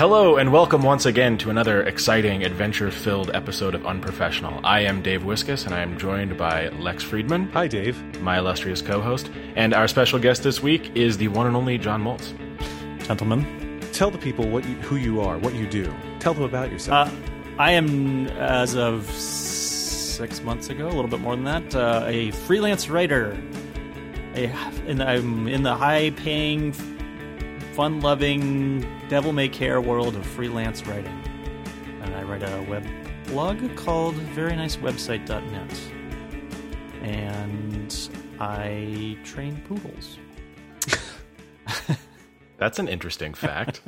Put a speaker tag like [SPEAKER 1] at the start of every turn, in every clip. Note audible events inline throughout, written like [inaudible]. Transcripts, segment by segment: [SPEAKER 1] Hello, and welcome once again to another exciting, adventure filled episode of Unprofessional. I am Dave Wiskus, and I am joined by Lex Friedman,
[SPEAKER 2] Hi, Dave.
[SPEAKER 1] my illustrious co host. And our special guest this week is the one and only John Moltz.
[SPEAKER 2] Gentlemen, tell the people what you, who you are, what you do. Tell them about yourself.
[SPEAKER 3] Uh, I am, as of six months ago, a little bit more than that, uh, a freelance writer. A, and I'm in the high-paying, fun-loving, devil-may-care world of freelance writing. And I write a web blog called VeryNiceWebsite.net. And I train poodles.
[SPEAKER 1] That's an interesting fact.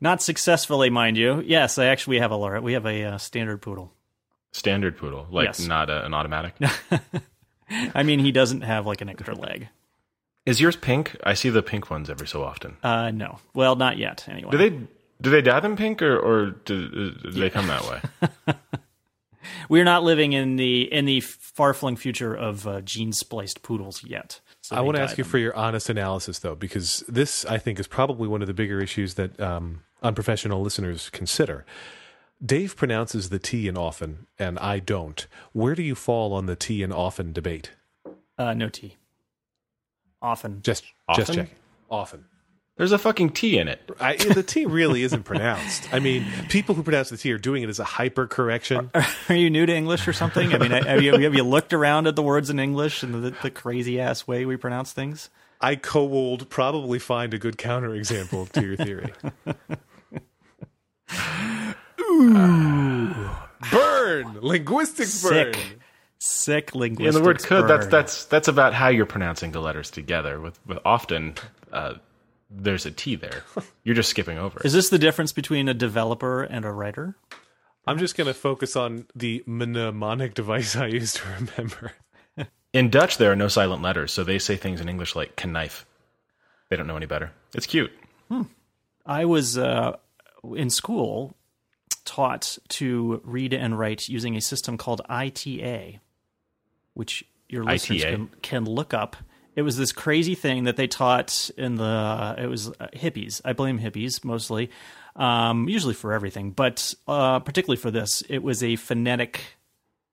[SPEAKER 3] Not successfully, mind you. Yes, I actually have a Laura. We have a uh, standard poodle.
[SPEAKER 1] Standard poodle, like
[SPEAKER 3] Yes.
[SPEAKER 1] not a, an automatic.
[SPEAKER 3] I mean, he doesn't have like an extra leg.
[SPEAKER 1] Is yours pink? I see the pink ones every so often.
[SPEAKER 3] Uh, no. Well, not yet. Anyway,
[SPEAKER 1] Do they do they dye them pink, or or do, do they come that way?
[SPEAKER 3] we're not living in the in the far flung future of uh, gene spliced poodles yet. So
[SPEAKER 2] I
[SPEAKER 3] they
[SPEAKER 2] want to
[SPEAKER 3] dye
[SPEAKER 2] ask you
[SPEAKER 3] them.
[SPEAKER 2] for your honest analysis, though, because this, I think, is probably one of the bigger issues that um, unprofessional listeners consider. Dave pronounces the T in often, and I don't. Where do you fall on the T in often debate?
[SPEAKER 3] uh, no tea. Often,
[SPEAKER 2] Just, just
[SPEAKER 1] Often?
[SPEAKER 2] check. Often.
[SPEAKER 1] There's a fucking T in it.
[SPEAKER 2] I, the T really isn't pronounced. I mean, people who pronounce the T are doing it as a hyper correction.
[SPEAKER 3] are you new to English or something? I mean, have you have you looked around at the words in English and the, the crazy ass way we pronounce things?
[SPEAKER 2] I co would probably find a good counterexample to your [laughs] theory. burn! Linguistic burn!
[SPEAKER 3] Sick, sick
[SPEAKER 1] Yeah,
[SPEAKER 3] linguistics.
[SPEAKER 1] the word could. That's
[SPEAKER 3] burn.
[SPEAKER 1] that's that's about how you're pronouncing the letters together. With with often, uh, there's a T there. You're just skipping over. it.
[SPEAKER 3] Is this the difference between a developer and a writer?
[SPEAKER 2] I'm just going to focus on the mnemonic device I used to remember.
[SPEAKER 1] In Dutch, there are no silent letters, so they say things in English like knife. They don't know any better. It's cute.
[SPEAKER 3] I was uh, in school taught to read and write using a system called ITA, which your listeners
[SPEAKER 1] ITA.
[SPEAKER 3] can, can look up. It was this crazy thing that they taught in the. It was uh, hippies. I blame hippies mostly, um, usually for everything, but uh, particularly for this. It was a phonetic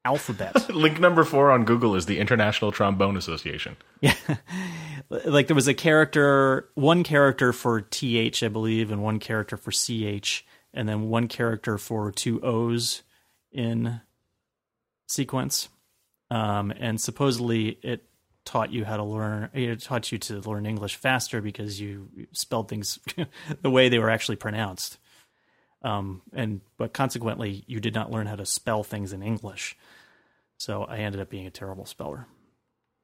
[SPEAKER 3] alphabet.
[SPEAKER 1] Link number four on Google is the International Trombone Association.
[SPEAKER 3] [laughs] like there was a character one character for th i believe and one character for ch and then one character for two o's in sequence um, and supposedly it taught you how to learn it taught you to learn english faster because you spelled things [laughs] the way they were actually pronounced um, and but consequently you did not learn how to spell things in english so i ended up being a terrible speller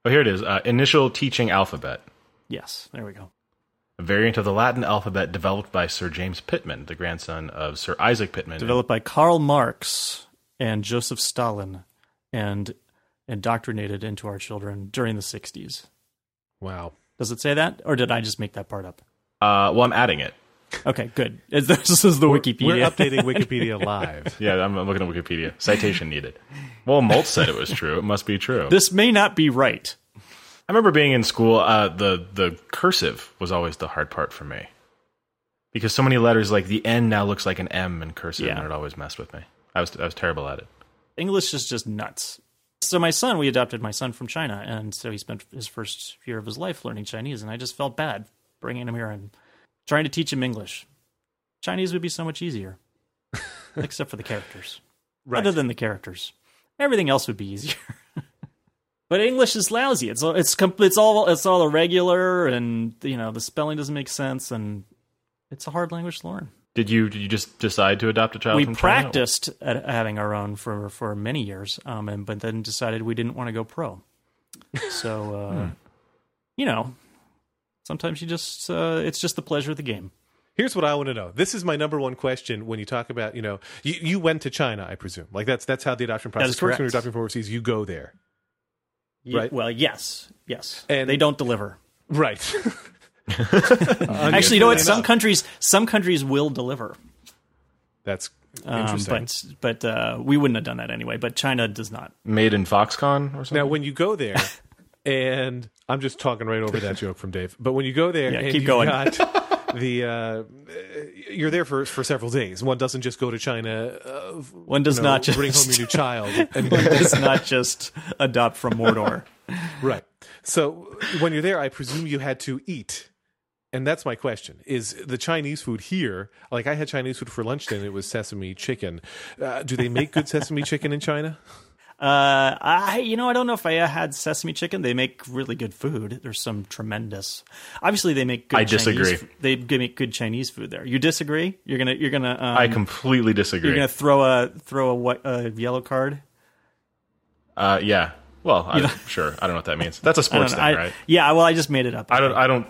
[SPEAKER 1] Oh, here it is. Uh, initial teaching alphabet.
[SPEAKER 3] yes there we go
[SPEAKER 1] A variant of the Latin alphabet developed by Sir James Pittman, the grandson of Sir Isaac Pittman.
[SPEAKER 3] developed by Karl Marx and Joseph Stalin and indoctrinated into our children during the 60s.
[SPEAKER 2] Wow.
[SPEAKER 3] Does it say that? Or did I just make that part up?
[SPEAKER 1] Uh, well, I'm adding it.
[SPEAKER 3] Okay, good. [laughs] Is- This is the Wikipedia.
[SPEAKER 2] We're updating Wikipedia live.
[SPEAKER 1] Yeah, I'm I'm looking at Wikipedia. Citation needed. Well, Molt said it was true. It must be true.
[SPEAKER 3] [laughs] this may not be right.
[SPEAKER 1] I remember being in school. Uh, the the cursive was always the hard part for me because so many letters, like the N, now looks like an M in cursive,
[SPEAKER 3] Yeah.
[SPEAKER 1] and it always messed with me. I was I was terrible at it.
[SPEAKER 3] English is just nuts. So my son, we adopted my son from China, and so he spent his first year of his life learning Chinese, and I just felt bad bringing him here and trying to teach him English. Chinese would be so much easier, except for the characters. Other than the characters, everything else would be easier. [laughs] but English is lousy. It's all- it's com- it's all it's all irregular, and you know the spelling doesn't make sense, and it's a hard language to learn
[SPEAKER 1] Did you did you just decide to adopt a child?
[SPEAKER 3] we
[SPEAKER 1] from China?
[SPEAKER 3] practiced at having our own for for many years, um, and but then decided we didn't want to go pro. So,
[SPEAKER 2] [laughs] Hmm.
[SPEAKER 3] uh, you know, sometimes you just uh, it's just the pleasure of the game.
[SPEAKER 2] [laughs] Here's what I want to know. This is my number one question when you talk about, you know, you, you went to China, I presume. Like that's that's how the adoption
[SPEAKER 3] is
[SPEAKER 2] process works when you're
[SPEAKER 3] correct.
[SPEAKER 2] adopting from overseas, you go there.
[SPEAKER 3] Ye-
[SPEAKER 2] Right.
[SPEAKER 3] Well, yes, yes,
[SPEAKER 2] And-
[SPEAKER 3] they don't deliver. [laughs]
[SPEAKER 2] Right.
[SPEAKER 3] Actually, you know what?
[SPEAKER 2] fair
[SPEAKER 3] Some
[SPEAKER 2] enough.
[SPEAKER 3] countries some countries will deliver,
[SPEAKER 2] That's
[SPEAKER 3] um,
[SPEAKER 2] interesting.
[SPEAKER 3] but but uh, we wouldn't have done that anyway. But China does not.
[SPEAKER 1] made in Foxconn or something.
[SPEAKER 2] Now, when you go
[SPEAKER 3] [laughs]
[SPEAKER 2] there, and I'm just
[SPEAKER 3] [laughs]
[SPEAKER 2] talking right over that joke from Dave, but when you go there,
[SPEAKER 3] Yeah,
[SPEAKER 2] and
[SPEAKER 3] keep
[SPEAKER 2] you've
[SPEAKER 3] going.
[SPEAKER 2] got the uh, you're there for for several days. One doesn't just go to China. Uh,
[SPEAKER 3] One does
[SPEAKER 2] you know,
[SPEAKER 3] not just
[SPEAKER 2] bring home
[SPEAKER 3] [laughs]
[SPEAKER 2] your new child. And,
[SPEAKER 3] one does not just adopt from Mordor.
[SPEAKER 2] [laughs] right. So when you're there, I presume you had to eat. And that's my question: Is the Chinese food here? Like I had Chinese food for lunch, and it was sesame chicken. Uh, do they make good sesame chicken in
[SPEAKER 3] [laughs]
[SPEAKER 2] China?
[SPEAKER 3] Uh, I you know I don't know if I had sesame chicken. They make really good food. There's some tremendous. Obviously, they make. good
[SPEAKER 1] I
[SPEAKER 3] Chinese
[SPEAKER 1] disagree.
[SPEAKER 3] f- They g- make good Chinese food there. You disagree? You're gonna you're gonna um,
[SPEAKER 1] I completely disagree.
[SPEAKER 3] you're gonna throw a throw a what a yellow card.
[SPEAKER 1] uh, yeah. Well, I, [laughs] sure. I don't know what that means. That's a
[SPEAKER 3] I
[SPEAKER 1] sports
[SPEAKER 3] don't
[SPEAKER 1] thing,
[SPEAKER 3] know. I-
[SPEAKER 1] right?
[SPEAKER 3] Yeah. Well, I just made it up.
[SPEAKER 1] I don't. I don't.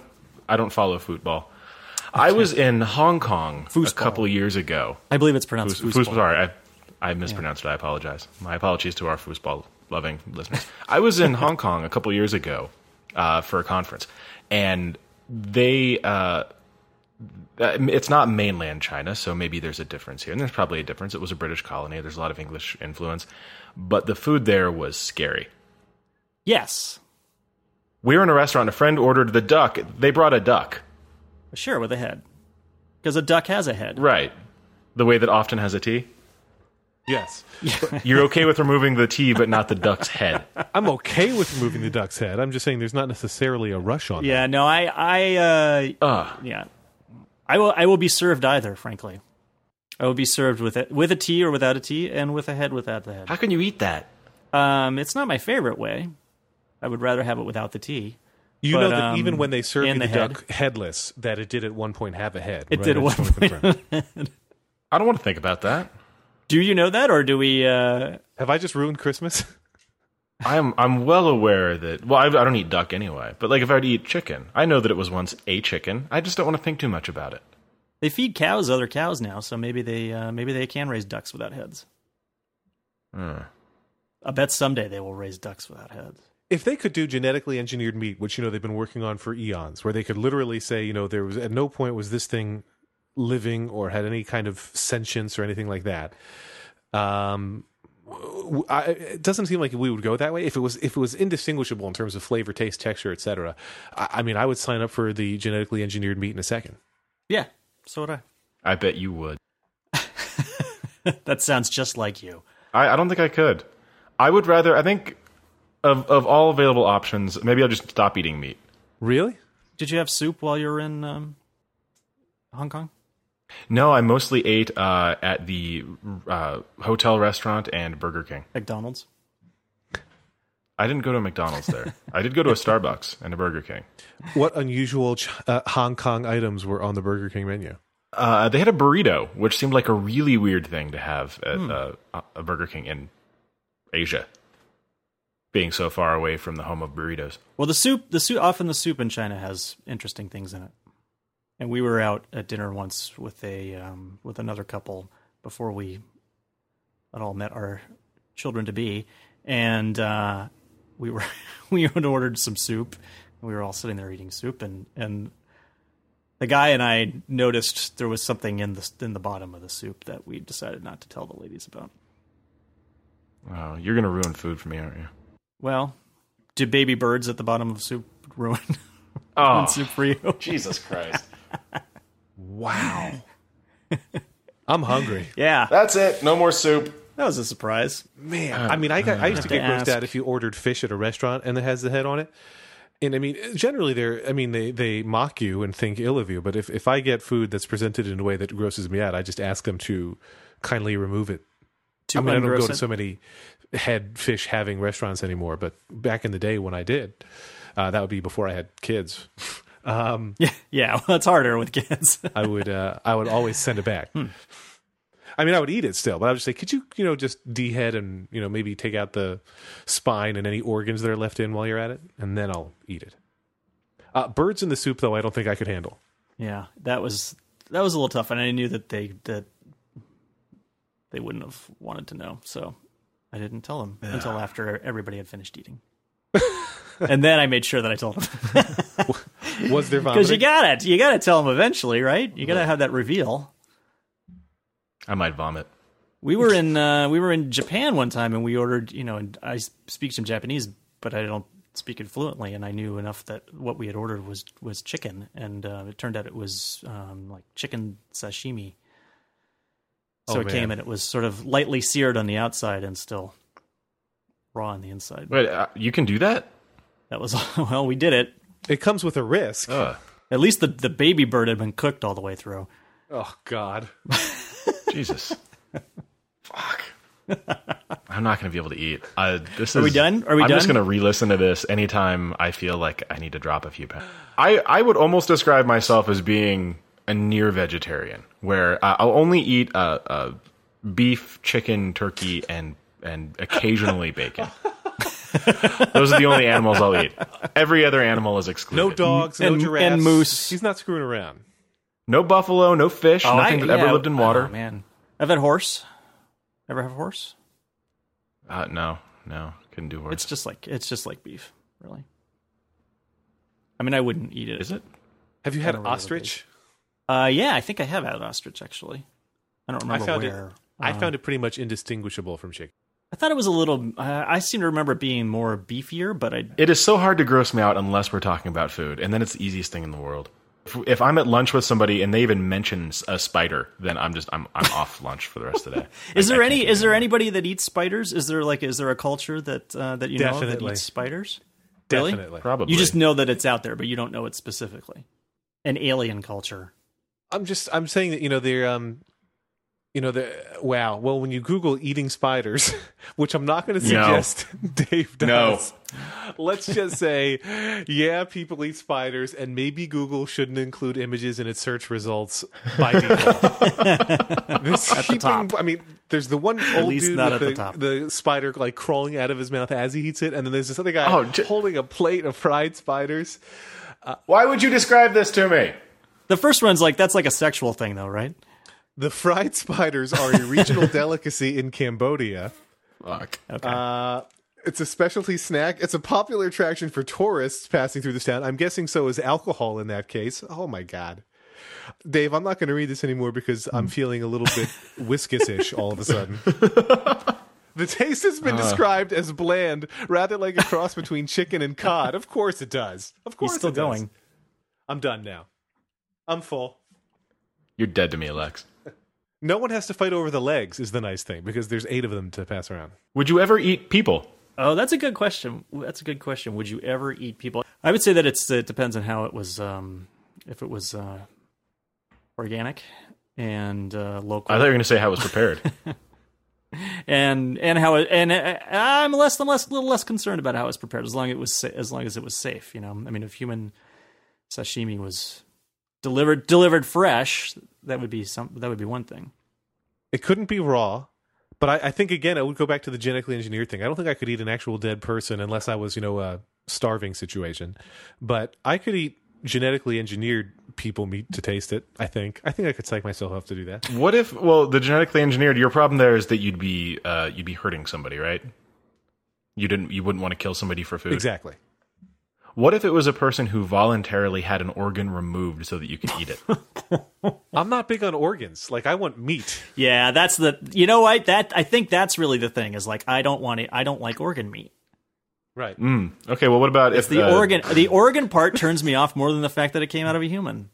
[SPEAKER 1] I don't follow football. I was in Hong Kong a
[SPEAKER 3] Foosball.
[SPEAKER 1] couple years ago.
[SPEAKER 3] I believe it's pronounced
[SPEAKER 1] Foos-
[SPEAKER 3] foosball.
[SPEAKER 1] foosball. Sorry, I, I mispronounced it. I apologize. My apologies to our foosball loving listeners. I was in Hong Kong a couple years ago uh, for a conference, and they. Uh, uh, it's not mainland China, so maybe there's a difference here, and there's probably a difference. It was a British colony. There's a lot of English influence, but the food there was scary.
[SPEAKER 3] Yes.
[SPEAKER 1] We were in a restaurant. A friend ordered the duck. They brought a duck.
[SPEAKER 3] Sure, with a head, because a duck has a head.
[SPEAKER 1] Right. The way that often has a T.
[SPEAKER 2] Yes,
[SPEAKER 1] You're okay with removing the T, but not the duck's head.
[SPEAKER 2] I'm okay with removing the duck's head. I'm just saying there's not necessarily a rush on.
[SPEAKER 3] Yeah. No. I. I. Uh,
[SPEAKER 1] Ugh.
[SPEAKER 3] Yeah. I will I will be served either, frankly. I will be served with it with a tea or without a tea and with a head without the head.
[SPEAKER 1] How can you eat that?
[SPEAKER 3] Um it's not my favorite way. I would rather have it without the tea.
[SPEAKER 2] You
[SPEAKER 3] But,
[SPEAKER 2] know that
[SPEAKER 3] um,
[SPEAKER 2] even when they serve you
[SPEAKER 3] and
[SPEAKER 2] the,
[SPEAKER 3] the
[SPEAKER 2] duck headless, that it did at one point have a head.
[SPEAKER 3] It did at
[SPEAKER 2] I just
[SPEAKER 3] one
[SPEAKER 2] wanna confirm.
[SPEAKER 1] I don't want to think about that.
[SPEAKER 3] [laughs] Do you know that or do we uh
[SPEAKER 2] Have I just ruined Christmas? [laughs]
[SPEAKER 1] I'm I'm well aware that. Well, I, I don't eat duck anyway. But like, if I were to eat chicken, I know that it was once a chicken. I just don't want to think too much about it.
[SPEAKER 3] they feed cows other cows now, so maybe they uh, maybe they can raise ducks without heads.
[SPEAKER 2] Hmm.
[SPEAKER 3] I bet someday they will raise ducks without heads.
[SPEAKER 2] if they could do genetically engineered meat, which you know they've been working on for eons, where they could literally say, you know, there was at no point was this thing living or had any kind of sentience or anything like that. Um, w- I, it doesn't seem like we would go that way. If it was if it was indistinguishable in terms of flavor, taste, texture, etc. I, I mean, I would sign up for the genetically engineered meat in a second.
[SPEAKER 3] Yeah, so would I.
[SPEAKER 1] I bet you would.
[SPEAKER 3] That sounds just like you.
[SPEAKER 1] I, I don't think I could. I would rather. I think of of all available options, maybe I'll just stop eating meat.
[SPEAKER 2] Really?
[SPEAKER 3] Did you have soup while you were in um, Hong Kong?
[SPEAKER 1] No, I mostly ate uh, at the uh, hotel restaurant and Burger King.
[SPEAKER 3] McDonald's?
[SPEAKER 1] I didn't go to a McDonald's there. I did go to a Starbucks and a Burger King.
[SPEAKER 2] What unusual Ch- uh, Hong Kong items were on the Burger King menu?
[SPEAKER 1] Uh, they had a burrito, which seemed like a really weird thing to have at uh, a Burger King in Asia, being so far away from the home of burritos.
[SPEAKER 3] Well, the soup, the soup, often the soup in China has interesting things in it. And we were out at dinner once with a um, with another couple before we at all met our children to be, and uh, we were [laughs] we had ordered some soup. And we were all sitting there eating soup, and and the guy and I noticed there was something in the in the bottom of the soup that we decided not to tell the ladies about.
[SPEAKER 1] Oh, you're gonna ruin food for me, aren't you?
[SPEAKER 3] Well, do baby birds at the bottom of soup ruin [laughs]
[SPEAKER 1] Oh,
[SPEAKER 3] soup for you?
[SPEAKER 1] [laughs] Jesus Christ!
[SPEAKER 2] Wow. I'm
[SPEAKER 3] [gasps]
[SPEAKER 2] hungry.
[SPEAKER 3] yeah,
[SPEAKER 1] That's it. No more soup.
[SPEAKER 3] That was a surprise.
[SPEAKER 2] Man, I mean, I, got, I used to get
[SPEAKER 3] Mm. Have
[SPEAKER 2] grossed
[SPEAKER 3] to
[SPEAKER 2] out if you ordered fish at a restaurant and it has the head on it. And I mean, generally, they're I mean, they they mock you and think ill of you. But if if I get food that's presented in a way that grosses me out, I just ask them to kindly remove it.
[SPEAKER 3] To
[SPEAKER 2] I mean, I don't go
[SPEAKER 3] engross
[SPEAKER 2] to
[SPEAKER 3] it.
[SPEAKER 2] so many head fish having restaurants anymore. But back in the day when I did, uh, that would be before I had kids. Um,
[SPEAKER 3] Yeah, [laughs] yeah. Well, it's harder with kids. [laughs]
[SPEAKER 2] I would uh, I would always send it back.
[SPEAKER 3] Hmm.
[SPEAKER 2] I mean, I would eat it still, but I would just say, could you you know just dehead and you know maybe take out the spine and any organs that are left in while you're at it, and then I'll eat it. Uh, birds in the soup, though, I don't think I could handle.
[SPEAKER 3] yeah, that was that was a little tough, and I knew that they that they wouldn't have wanted to know, so I didn't tell them until after everybody had finished eating. [laughs] and then I made sure that I told them [laughs]
[SPEAKER 2] Was there
[SPEAKER 3] because you
[SPEAKER 2] vomiting?
[SPEAKER 3] got it. You got to tell them eventually, right? You got to have that reveal.
[SPEAKER 1] I might vomit.
[SPEAKER 3] We were in uh, we were in Japan one time, and we ordered. You know, and I s- speak some Japanese, but I don't speaking fluently, and I knew enough that what we had ordered was was chicken, and uh, it turned out it was um, like chicken sashimi. So
[SPEAKER 2] Oh,
[SPEAKER 3] it came
[SPEAKER 2] man.
[SPEAKER 3] and it was sort of lightly seared on the outside and still raw on the inside.
[SPEAKER 1] Wait, uh, you can do that?
[SPEAKER 3] That was [laughs] well, we did it.
[SPEAKER 2] It comes with a risk.
[SPEAKER 1] Ugh.
[SPEAKER 3] At least the the baby bird had been cooked all the way through.
[SPEAKER 2] Oh God.
[SPEAKER 3] [laughs]
[SPEAKER 1] Jesus. Fuck. [laughs] I'm not going to be able to eat. Uh, this
[SPEAKER 3] we
[SPEAKER 1] is-
[SPEAKER 3] done? Are we
[SPEAKER 1] I'm just
[SPEAKER 3] done?
[SPEAKER 1] going to re-listen to this anytime I feel like I need to drop a few pounds. I, I would almost describe myself as being a near vegetarian, where uh, I'll only eat uh, uh, beef, chicken, turkey, and and
[SPEAKER 3] [laughs]
[SPEAKER 1] occasionally bacon. Those are the only animals I'll eat. Every other animal is excluded.
[SPEAKER 2] No dogs.
[SPEAKER 3] And-
[SPEAKER 2] no
[SPEAKER 3] and
[SPEAKER 2] giraffes.
[SPEAKER 3] moose.
[SPEAKER 2] He's not screwing around.
[SPEAKER 1] No buffalo. No fish. nothing
[SPEAKER 3] Oh, I-
[SPEAKER 1] that ever
[SPEAKER 3] yeah,
[SPEAKER 1] lived in water.
[SPEAKER 3] Oh, man, I've had horse. Ever have horse?
[SPEAKER 1] Uh, no, no, couldn't do horse.
[SPEAKER 3] It's just like it's just like beef, really. I mean, I wouldn't eat it.
[SPEAKER 1] Is it?
[SPEAKER 2] Have you had
[SPEAKER 3] don't remember
[SPEAKER 2] ostrich?
[SPEAKER 3] Uh, yeah, I think I have had ostrich actually. I don't remember
[SPEAKER 2] found it-
[SPEAKER 3] where. Um,
[SPEAKER 2] I found it pretty much indistinguishable from chicken.
[SPEAKER 3] I thought it was a little. Uh, I seem to remember it being more beefier, but I
[SPEAKER 1] It is so hard to gross me out unless we're talking about food, and then it's the easiest thing in the world. If, if I'm at lunch with somebody and they even mention s- a spider, then I'm just I'm I'm off [laughs] lunch for the rest of the day.
[SPEAKER 3] is
[SPEAKER 1] I-
[SPEAKER 3] there
[SPEAKER 1] I can't
[SPEAKER 3] any
[SPEAKER 1] do
[SPEAKER 3] is there anybody that eats spiders? Is there like is there a culture that uh, that you know
[SPEAKER 2] Definitely.
[SPEAKER 3] that eats spiders? Really?
[SPEAKER 2] Definitely.
[SPEAKER 1] Probably
[SPEAKER 3] You just know that it's out there, but you don't know it specifically. An alien culture.
[SPEAKER 2] I'm just I'm saying that you know they're um you know the wow well when you Google eating spiders [laughs] which I'm not going to suggest [laughs] Dave
[SPEAKER 1] No.
[SPEAKER 2] does. Let's just say yeah people eat spiders and maybe Google shouldn't include images in its search results
[SPEAKER 3] [laughs]
[SPEAKER 2] by default. this at the
[SPEAKER 3] top.
[SPEAKER 2] I mean there's the one old
[SPEAKER 3] least
[SPEAKER 2] dude
[SPEAKER 3] not
[SPEAKER 2] with
[SPEAKER 3] at the top.
[SPEAKER 2] the spider like crawling out of his mouth as he eats it and then there's this other guy
[SPEAKER 1] Oh, j-
[SPEAKER 2] holding a plate of fried spiders.
[SPEAKER 1] Why would you describe this to me?
[SPEAKER 3] The first one's like that's like a sexual thing though, right?
[SPEAKER 2] The fried spiders are a
[SPEAKER 3] [laughs]
[SPEAKER 2] regional delicacy in Cambodia. Uh,
[SPEAKER 1] Fuck.
[SPEAKER 2] It's a specialty snack. It's a popular attraction for tourists passing through this town. I'm guessing so is alcohol in that case. Oh my god. Dave, I'm not going to read this anymore because
[SPEAKER 3] Hmm.
[SPEAKER 2] I'm feeling a little
[SPEAKER 3] [laughs]
[SPEAKER 2] bit whiskus-ish all of a sudden. the taste has
[SPEAKER 3] Uh.
[SPEAKER 2] been described as bland, rather like a cross
[SPEAKER 3] [laughs]
[SPEAKER 2] between chicken and cod. Of course it does. Of course
[SPEAKER 3] He's still
[SPEAKER 2] it does.
[SPEAKER 3] going.
[SPEAKER 2] I'm done now. I'm full.
[SPEAKER 1] You're dead to me, Alex.
[SPEAKER 2] No one has to fight over the legs is the nice thing because there's 8 of them to pass around.
[SPEAKER 1] Would you ever eat people?
[SPEAKER 3] Oh, that's a good question. That's a good question. Would you ever eat people? I would say that it's it depends on how it was, um, if it was uh, organic and uh, local,
[SPEAKER 1] I thought you were going to say how it was
[SPEAKER 3] [laughs]
[SPEAKER 1] prepared.
[SPEAKER 3] and and how it, and uh, I'm less I'm less a little less concerned about how it was prepared as long it was sa- as long as it was safe. You know, I mean, if human sashimi was delivered delivered fresh, that would be some that would be one thing.
[SPEAKER 2] It couldn't be raw, but I, I think again I would go back to the genetically engineered thing. I don't think I could eat an actual dead person unless I was you know a starving situation, but I could eat genetically engineered people meat to taste it. I think I think I could psych myself up to do that.
[SPEAKER 1] what if? Well, the genetically engineered. Your problem there is that you'd be uh, you'd be hurting somebody, right? You didn't. You wouldn't want to kill somebody for food.
[SPEAKER 2] Exactly.
[SPEAKER 1] What if it was a person who voluntarily had an organ removed so that you could eat it?
[SPEAKER 2] I'm not big on organs. Like I want meat.
[SPEAKER 3] [laughs] Yeah, that's the you know I that I think that's really the thing is like I don't want to I don't like organ meat.
[SPEAKER 2] Right.
[SPEAKER 1] Okay, well, what about if
[SPEAKER 3] The
[SPEAKER 1] uh,
[SPEAKER 3] organ, the organ part turns me off more than the fact that it came out of a human.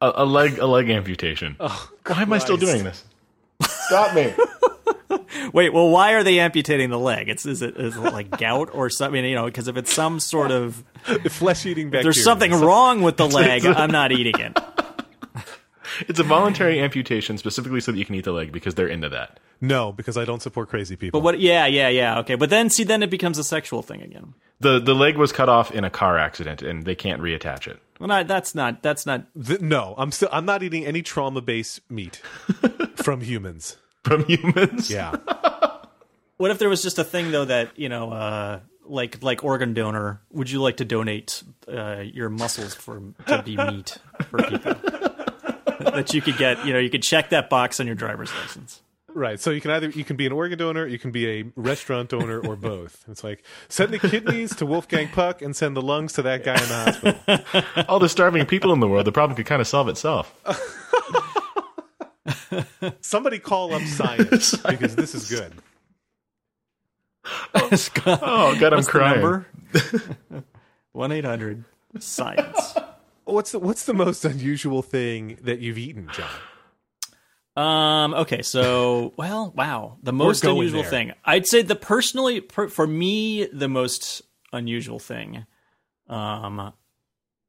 [SPEAKER 1] a, a leg a leg amputation?
[SPEAKER 3] Oh,
[SPEAKER 1] Why am I still
[SPEAKER 2] Christ.
[SPEAKER 1] doing
[SPEAKER 3] [laughs]
[SPEAKER 1] this? Stop me!
[SPEAKER 3] Wait, well, why are they amputating the leg? It's is it, is it like gout or something? You know, because if it's some sort of
[SPEAKER 2] [laughs] Flesh eating bacteria.
[SPEAKER 3] there's something wrong with the leg, I'm not eating it.
[SPEAKER 1] [laughs] It's a voluntary amputation specifically so that you can eat the leg because they're into that.
[SPEAKER 2] No, because I don't support crazy people.
[SPEAKER 3] But what? Yeah, yeah, yeah. Okay, but then see, then it becomes a sexual thing again.
[SPEAKER 1] the The leg was cut off in a car accident and they can't reattach it. [laughs]
[SPEAKER 3] Well, not, that's not that's not
[SPEAKER 2] Th- no, I'm still I'm not eating any trauma based
[SPEAKER 3] [laughs]
[SPEAKER 2] meat from humans.
[SPEAKER 1] From humans,
[SPEAKER 2] Yeah.
[SPEAKER 3] What if there was just a thing though that you know, uh, like like organ donor? Would you like to donate uh, your muscles for to be meat for people [laughs] that you could get? You know, you could check that box on your driver's license.
[SPEAKER 2] Right. So you can either you can be an organ donor, you can be a restaurant donor, or both. It's like send the kidneys to Wolfgang Puck and send the lungs to that guy in the hospital.
[SPEAKER 1] all the starving people in the world, the problem could kind of solve
[SPEAKER 3] [laughs]
[SPEAKER 1] itself.
[SPEAKER 3] Oh,
[SPEAKER 2] [laughs] Somebody call up science because this is good.
[SPEAKER 1] Oh God, I'm
[SPEAKER 3] What's
[SPEAKER 1] crying.
[SPEAKER 3] the number? One eight hundred science.
[SPEAKER 2] What's the What's the most unusual thing that you've eaten, John?
[SPEAKER 3] [laughs] Um. Okay. So, well, wow. The most
[SPEAKER 2] going
[SPEAKER 3] unusual
[SPEAKER 2] there.
[SPEAKER 3] thing I'd say the personally per, for me the most unusual thing, um,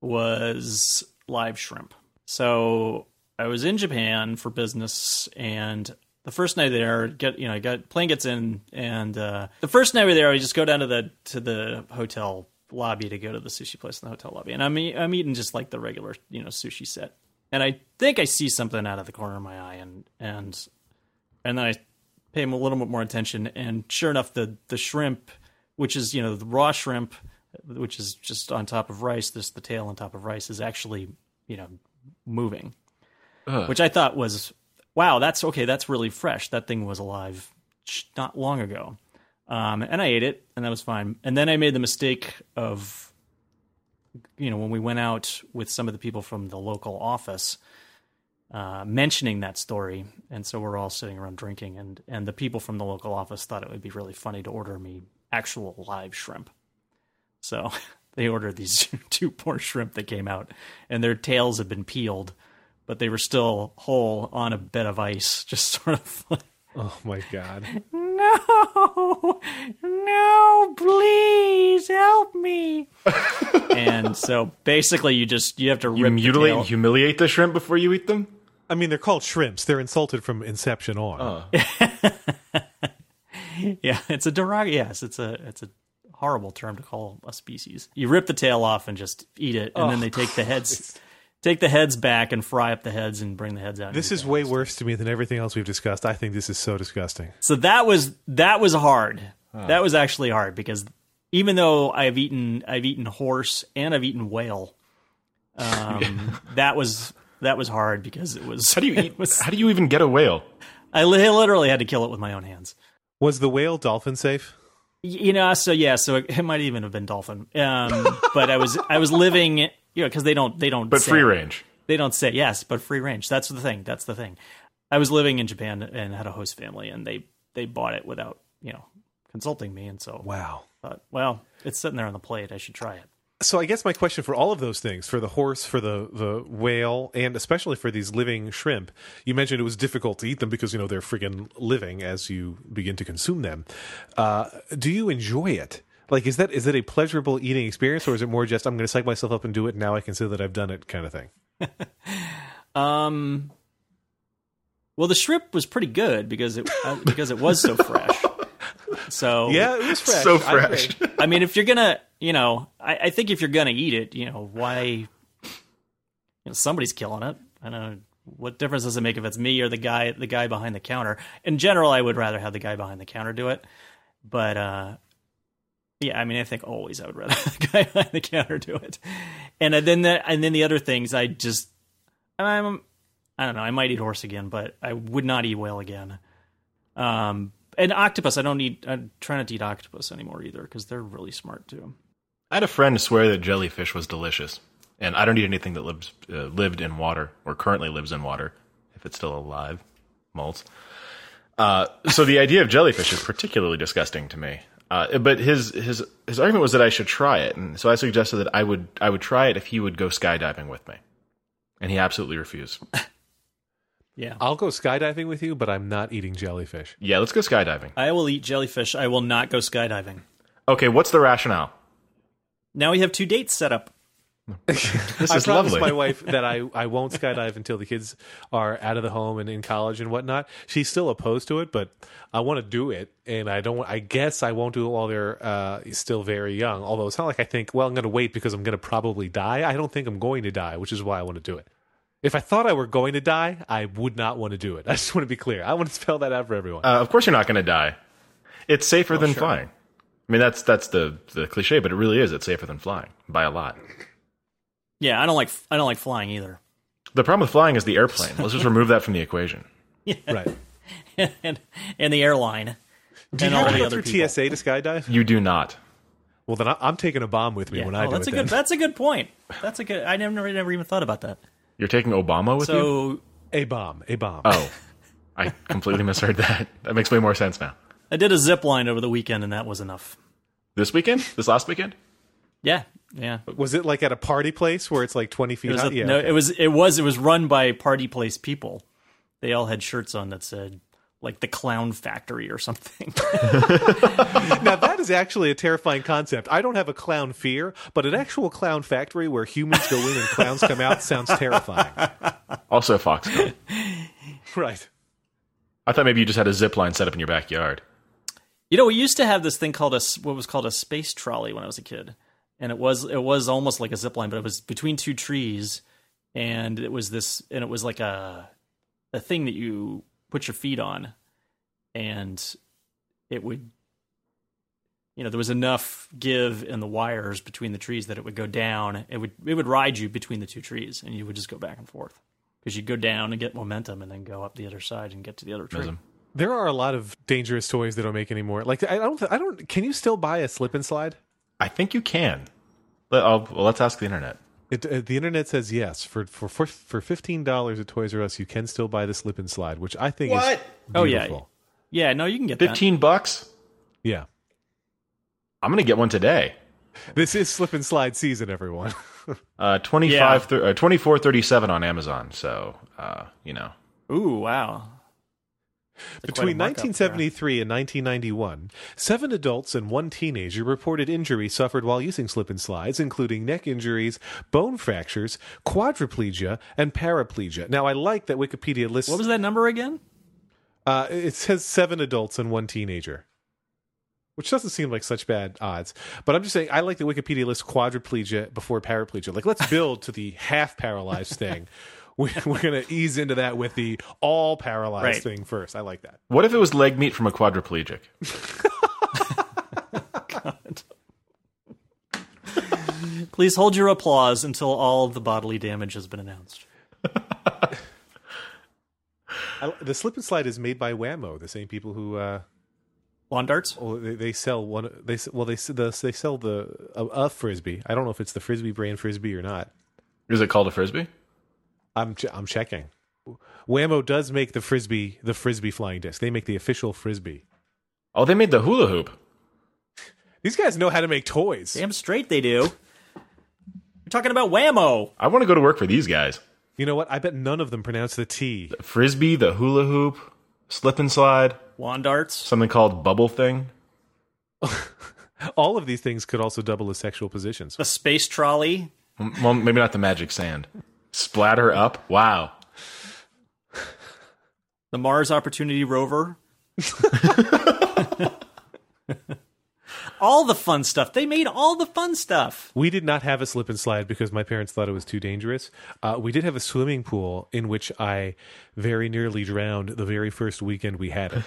[SPEAKER 3] was live shrimp. So I was in Japan for business, and the first night there, get you know, got plane gets in, and uh, the first night we were there, I just go down to the to the hotel lobby to go to the sushi place in the hotel lobby, and I'm e- I'm eating just like the regular you know sushi set, and I think I see something out of the corner of my eye, and and and then I pay him a little bit more attention, and sure enough, the the shrimp, which is you know the raw shrimp, which is just on top of rice, this the tail on top of rice is actually you know moving, which I thought was wow, that's okay, that's really fresh. That thing was alive sh- not long ago, um, and I ate it, and that was fine. And then I made the mistake of you know when we went out with some of the people from the local office uh, mentioning that story, and so we're all sitting around drinking, and and the people from the local office thought it would be really funny to order me actual live shrimp. So [laughs] they ordered these [laughs] two poor shrimp that came out, and their tails had been peeled, but they were still whole on a bed of ice, [laughs] just sort of like,
[SPEAKER 2] Oh my God!
[SPEAKER 3] no, no, please help
[SPEAKER 1] [laughs]
[SPEAKER 3] me. and so basically, you just you have to
[SPEAKER 1] You
[SPEAKER 3] rip the
[SPEAKER 1] mutilate
[SPEAKER 3] tail.
[SPEAKER 1] and humiliate the shrimp before you eat them.
[SPEAKER 2] [laughs] I mean, they're called shrimps. They're insulted from inception on.
[SPEAKER 3] Yeah, [laughs] it's a derog. Yes, it's a it's a horrible term to call a species. You rip the tail off and just eat it, and then
[SPEAKER 1] Oh,
[SPEAKER 3] they take the heads, take the heads back and fry up the heads and bring the heads out. and
[SPEAKER 2] this
[SPEAKER 3] eat
[SPEAKER 2] is
[SPEAKER 3] them.
[SPEAKER 2] way worse to me than everything else we've discussed. I think this is so disgusting.
[SPEAKER 3] so that was that was hard. That was actually hard because even though I've eaten I've eaten horse and I've eaten whale,
[SPEAKER 1] [laughs]
[SPEAKER 3] um, that was that was hard because it was
[SPEAKER 1] How
[SPEAKER 3] [laughs]
[SPEAKER 1] do you
[SPEAKER 3] it
[SPEAKER 1] eat?
[SPEAKER 3] was-
[SPEAKER 1] How do you even get a whale?
[SPEAKER 3] I li- literally had to kill it with my own hands.
[SPEAKER 2] Was the whale dolphin safe?
[SPEAKER 3] you know so yeah so it, it might even have been dolphin
[SPEAKER 1] [laughs]
[SPEAKER 3] um but i was i was living you know because they don't they don't
[SPEAKER 1] But
[SPEAKER 3] say,
[SPEAKER 1] free range.
[SPEAKER 3] they don't say yes but free range that's the thing that's the thing i was living in japan and had a host family and they they bought it without you know consulting me and so
[SPEAKER 2] Wow.
[SPEAKER 3] I thought, well it's sitting there on the plate i should try it
[SPEAKER 2] So I guess my question for all of those things, for the horse, for the the whale, and especially for these living shrimp, you mentioned it was difficult to eat them because you know they're friggin' living as you begin to consume them. Uh, do you enjoy it? Like, is that is it a pleasurable eating experience, or is it more just I'm going to psych myself up and do it and now I can say that I've done it kind of thing?
[SPEAKER 3] um well the shrimp was pretty good because it uh, because it was
[SPEAKER 1] [laughs]
[SPEAKER 3] so fresh so
[SPEAKER 2] Yeah, it was fresh.
[SPEAKER 1] Oh, So
[SPEAKER 2] I agree.
[SPEAKER 1] fresh.
[SPEAKER 3] I mean, if you're gonna, you know, I, I think if you're gonna eat it, you know, why? You know, somebody's killing it. I don't. know. What difference does it make if it's me or the guy, the guy behind the counter? In general, I would rather have the guy behind the counter do it. But uh, yeah, I mean, I think always I would rather [laughs] have the guy behind the counter do it. And uh, then that, and then the other things, I just, I'm, I don't know. I might eat horse again, but I would not eat whale again. Um, and octopus, I don't eat. I try not to eat octopus anymore either because they're really smart too.
[SPEAKER 1] I had a friend swear that jellyfish was delicious, and I don't eat anything that lives uh, lived in water or currently lives in water, if it's still alive, molts. Uh, so the idea of jellyfish is particularly disgusting to me. Uh, but his his his argument was that I should try it, and so I suggested that I would I would try it if he would go skydiving with me, and he absolutely refused.
[SPEAKER 3] Yeah,
[SPEAKER 2] I'll go skydiving with you, but I'm not eating jellyfish.
[SPEAKER 1] yeah, let's go skydiving.
[SPEAKER 3] I will eat jellyfish. I will not go skydiving.
[SPEAKER 1] Okay, what's the rationale?
[SPEAKER 3] Now we have two dates set up.
[SPEAKER 1] This
[SPEAKER 2] I
[SPEAKER 1] is
[SPEAKER 2] promised
[SPEAKER 1] lovely.
[SPEAKER 2] my wife that I, I won't skydive until the kids are out of the home and in college and whatnot. She's still opposed to it, but I want to do it, and I don't. I guess I won't do it while they're uh, still very young. Although it's not like I think, well, I'm going to wait because I'm going to probably die. I don't think I'm going to die, which is why I want to do it. If I thought I were going to die, I would not want to do it. [laughs] I just want to be clear. I want to spell that out for everyone.
[SPEAKER 1] Uh, of course, you're not going to die. It's safer than flying. I mean, that's that's the the cliche, but it really is. It's safer than flying by a lot.
[SPEAKER 3] Yeah, I don't like. I don't like flying either. [laughs]
[SPEAKER 1] The problem with flying is the airplane. Let's just remove that from the equation.
[SPEAKER 2] right?
[SPEAKER 3] and and the airline.
[SPEAKER 2] Do you
[SPEAKER 3] and
[SPEAKER 2] have
[SPEAKER 3] all
[SPEAKER 2] to
[SPEAKER 3] the
[SPEAKER 2] go
[SPEAKER 3] other
[SPEAKER 2] through
[SPEAKER 3] people.
[SPEAKER 2] TSA to skydive?
[SPEAKER 1] You do not.
[SPEAKER 2] Well, then I, I'm taking a bomb with me when I
[SPEAKER 3] oh,
[SPEAKER 2] do
[SPEAKER 3] that's
[SPEAKER 2] it.
[SPEAKER 3] a good.
[SPEAKER 2] then.
[SPEAKER 3] That's a good point. That's a good. I never, never, never even thought about that.
[SPEAKER 1] You're taking Obama with you.
[SPEAKER 3] So
[SPEAKER 2] A bomb. A bomb.
[SPEAKER 1] Oh, I completely misheard that. That makes way more sense now.
[SPEAKER 3] I did a zip line over the weekend, and that was enough.
[SPEAKER 1] This weekend? This last weekend?
[SPEAKER 3] Yeah, yeah.
[SPEAKER 2] Was it like at a party place where it's like twenty feet?
[SPEAKER 3] It was
[SPEAKER 2] high?
[SPEAKER 3] a-
[SPEAKER 2] yeah,
[SPEAKER 3] no,
[SPEAKER 2] okay.
[SPEAKER 3] it was it was it was run by party place people. They all had shirts on that said like the Clown Factory or something.
[SPEAKER 2] now that is actually a terrifying concept. I don't have a clown fear, but an actual clown factory where humans go in and clowns come out sounds
[SPEAKER 3] [laughs]
[SPEAKER 2] terrifying.
[SPEAKER 1] Also Foxconn.
[SPEAKER 2] Right.
[SPEAKER 1] I thought maybe you just had a zip line set up in your backyard.
[SPEAKER 3] you know, we used to have this thing called a s- what was called a space trolley when I was a kid, and it was it was almost like a zip line, but it was between two trees, and it was this and it was like a a thing that you put your feet on, and it would. You know, there was enough give in the wires between the trees that it would go down. It would it would ride you between the two trees, and you would just go back and forth because you'd go down and get momentum, and then go up the other side and get to the other tree.
[SPEAKER 1] Mism.
[SPEAKER 2] There are a lot of dangerous toys they don't make anymore. Like I don't, I don't. Can you still buy a slip and slide?
[SPEAKER 1] I think you can. Let, I'll, well, let's ask the internet.
[SPEAKER 2] It, uh, the internet says yes for for for, for fifteen dollars at Toys R Us, you can still buy the slip and slide, which I think is
[SPEAKER 1] What?
[SPEAKER 2] beautiful.
[SPEAKER 3] Oh, yeah. Yeah, no, you can get that.
[SPEAKER 1] 15 bucks?
[SPEAKER 2] yeah.
[SPEAKER 1] I'm going to get one today.
[SPEAKER 2] This is slip and slide season, everyone. [laughs]
[SPEAKER 1] Uh, 25, thir- uh, 24.37 on Amazon. So, uh, you know,
[SPEAKER 3] Ooh, wow. That's quite a
[SPEAKER 2] Between
[SPEAKER 3] markup there.
[SPEAKER 2] 1973 and 1991, seven adults and one teenager reported injury suffered while using slip and slides, including neck injuries, bone fractures, quadriplegia, and paraplegia. Now, I like that Wikipedia lists.
[SPEAKER 3] What was that number again?
[SPEAKER 2] Uh, it says seven adults and one teenager, which doesn't seem like such bad odds. But I'm just saying, I like that Wikipedia lists quadriplegia before paraplegia. Like, let's build to the half paralyzed thing. [laughs] We- We're going to ease into that with the all paralyzed
[SPEAKER 3] Right.
[SPEAKER 2] thing first. I like that.
[SPEAKER 1] what if it was leg meat from a quadriplegic?
[SPEAKER 3] Please hold your applause until all of the bodily damage has been announced.
[SPEAKER 2] I, the slip and slide is made by Whammo, the same people who uh,
[SPEAKER 3] Lawn darts?
[SPEAKER 2] well, they, they sell one. They s- well, they s- the, they sell the a, a frisbee. I don't know if it's the frisbee brand frisbee or not.
[SPEAKER 1] Is it called a frisbee?
[SPEAKER 2] I'm ch- I'm checking. Whammo does make the frisbee, the frisbee flying disc. They make the official frisbee.
[SPEAKER 1] Oh, they made the hula hoop.
[SPEAKER 2] These guys know how to make toys.
[SPEAKER 3] Damn straight they do. You're talking about whammo.
[SPEAKER 1] I want to go to work for these guys.
[SPEAKER 2] You know what? I bet none of them pronounce the T.
[SPEAKER 1] Frisbee, the hula hoop, slip and slide,
[SPEAKER 3] Lawn darts?
[SPEAKER 1] something called bubble thing.
[SPEAKER 2] All of these things could also double as sexual positions.
[SPEAKER 3] The space trolley?
[SPEAKER 1] M- Well, maybe not the magic sand. Splatter up. Wow.
[SPEAKER 3] The Mars
[SPEAKER 2] [laughs]
[SPEAKER 3] Opportunity Rover? all the fun stuff. They made all the fun stuff.
[SPEAKER 2] We did not have a slip and slide because my parents thought it was too dangerous. Uh, we did have a swimming pool in which I very nearly drowned the very first weekend
[SPEAKER 1] [laughs]
[SPEAKER 2] we had it.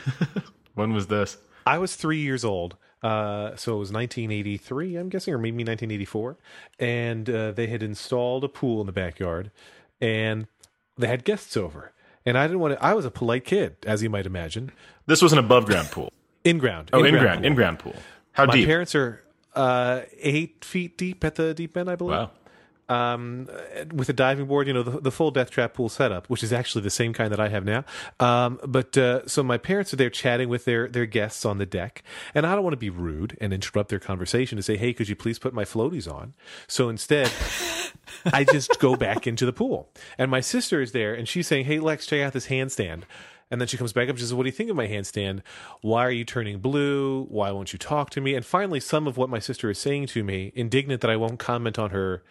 [SPEAKER 1] When was this?
[SPEAKER 2] I was three years old. Uh, so it was 1983, I'm guessing, or maybe 1984. And uh, they had installed a pool in the backyard and they had guests over. And I didn't want to, I was a polite kid, as you might imagine.
[SPEAKER 1] This was an above ground pool.
[SPEAKER 2] In ground.
[SPEAKER 1] Oh, in ground, in ground pool. How
[SPEAKER 2] My
[SPEAKER 1] deep?
[SPEAKER 2] parents are uh, eight feet deep at the deep end, I believe.
[SPEAKER 1] wow.
[SPEAKER 2] with a diving board, you know, the, the full death trap pool setup, which is actually the same kind that I have now. Um, but uh, so my parents are there chatting with their, their guests on the deck, and I don't want to be rude and interrupt their conversation to say, hey, could you please put my floaties on? So instead, I just go back into the pool. And my sister is there, and she's saying, hey, Lex, check out this handstand. And then she comes back up and she says, What do you think of my handstand? Why are you turning blue? Why won't you talk to me? And finally, some of what my sister is saying to me, indignant that I won't comment on her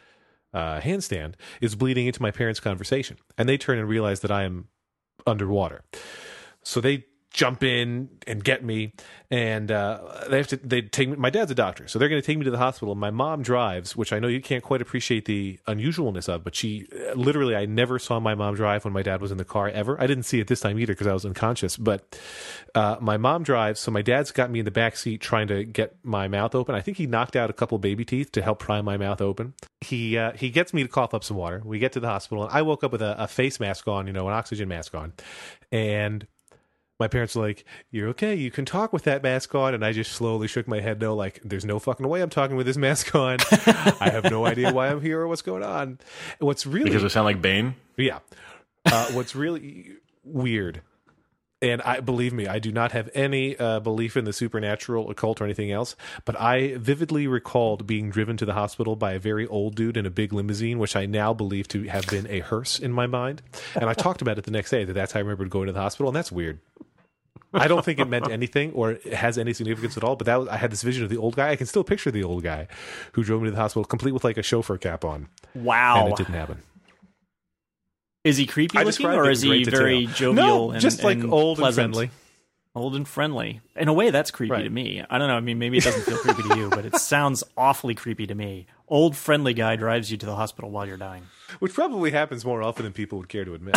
[SPEAKER 2] uh, handstand is bleeding into my parents' conversation, and they turn and realize that I am underwater. So they jump in and get me, and uh, they have to. They take me. My dad's a doctor, so they're going to take me to the hospital. My mom drives, which I know you can't quite appreciate the unusualness of, but she literally, I never saw my mom drive when my dad was in the car ever. I didn't see it this time either because I was unconscious. But uh, my mom drives, so my dad's got me in the back seat trying to get my mouth open. I think he knocked out a couple baby teeth to help pry my mouth open. He uh, he gets me to cough up some water. We get to the hospital, and I woke up with a, a face mask on, you know, an oxygen mask on, and my parents were like, "You're okay. You can talk with that mask on." And I just slowly shook my head, no, like, "There's no fucking way I'm talking with this mask on. [laughs] I have no idea why I'm here or what's going on." What's really
[SPEAKER 1] Because it sound like Bane?
[SPEAKER 2] yeah. Uh, what's really weird and I believe me, I do not have any uh, belief in the supernatural, occult, or anything else. But I vividly recalled being driven to the hospital by a very old dude in a big limousine, which I now believe to have been a hearse in my mind. And I talked about it the next day that that's how I remembered going to the hospital, and that's weird. I don't think it meant anything or it has any significance at all. But that was, I had this vision of the old guy. I can still picture the old guy who drove me to the hospital, complete with like a chauffeur cap on, and
[SPEAKER 3] Wow.
[SPEAKER 2] it didn't happen.
[SPEAKER 3] Is he creepy
[SPEAKER 2] I
[SPEAKER 3] looking
[SPEAKER 2] described it
[SPEAKER 3] or
[SPEAKER 2] in
[SPEAKER 3] is he
[SPEAKER 2] great detail.
[SPEAKER 3] very jovial
[SPEAKER 2] No,
[SPEAKER 3] and
[SPEAKER 2] just like
[SPEAKER 3] and
[SPEAKER 2] old
[SPEAKER 3] pleasant?
[SPEAKER 2] and friendly.
[SPEAKER 3] Old and friendly. In a way, that's creepy
[SPEAKER 2] Right.
[SPEAKER 3] to me. I don't know. I mean, maybe it doesn't feel creepy to you, but it sounds awfully creepy to me. Old friendly guy drives you to the hospital while you're dying.
[SPEAKER 2] which probably happens more often than people would care to admit.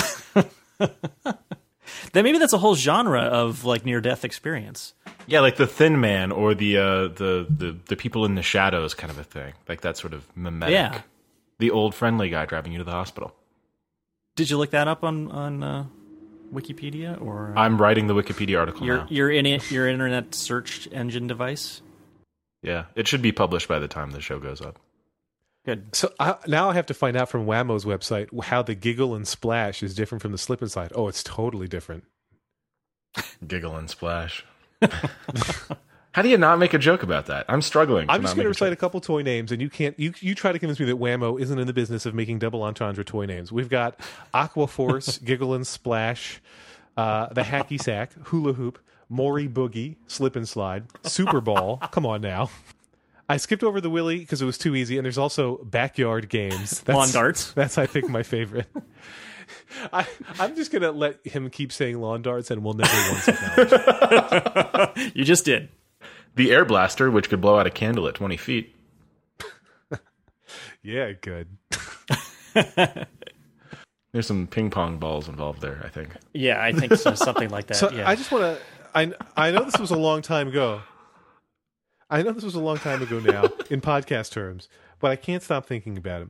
[SPEAKER 3] Then maybe that's a whole genre of like near death experience.
[SPEAKER 1] Yeah, like the Thin Man or the uh, the the the people in the shadows kind of a thing. Like that sort of mimetic.
[SPEAKER 3] Yeah.
[SPEAKER 1] The old friendly guy driving you to the hospital.
[SPEAKER 3] Did you look that up on on uh, Wikipedia or
[SPEAKER 1] I'm writing the Wikipedia article
[SPEAKER 3] your
[SPEAKER 1] now.
[SPEAKER 3] your in your internet search engine device?
[SPEAKER 1] yeah, it should be published by the time the show goes up.
[SPEAKER 3] Good.
[SPEAKER 2] [laughs] so I, now I have to find out from Whammo's website how the giggle and splash is different from the slip and slide. Oh, it's totally different.
[SPEAKER 1] Giggle and [laughs] splash. How do you not make a joke about that? I'm struggling.
[SPEAKER 2] I'm just
[SPEAKER 1] not make
[SPEAKER 2] going to
[SPEAKER 1] a
[SPEAKER 2] recite
[SPEAKER 1] joke.
[SPEAKER 2] a couple toy names, and you can't. You you try to convince me that Whammo isn't in the business of making double entendre toy names. We've got Aqua Force, Giggle and Splash, uh, the Hacky Sack, Hula Hoop, Maury Boogie, Slip and Slide, Super Ball. Come on now. I skipped over the Willy because it was too easy, and there's also backyard games. That's,
[SPEAKER 3] Lawn
[SPEAKER 2] [laughs]
[SPEAKER 3] darts.
[SPEAKER 2] That's I think my favorite. [laughs] I, I'm just gonna let him keep saying lawn darts, and we'll never once acknowledge. it.
[SPEAKER 3] You just did.
[SPEAKER 1] the air blaster, which could blow out a candle at 20 feet.
[SPEAKER 2] Yeah, good.
[SPEAKER 1] There's some ping pong balls involved there. I think.
[SPEAKER 3] Yeah, I think so, something like that.
[SPEAKER 2] So
[SPEAKER 3] yeah.
[SPEAKER 2] I just want to. I I know this was a long time ago. I know this was a long time ago now in podcast terms, but I can't stop thinking about it.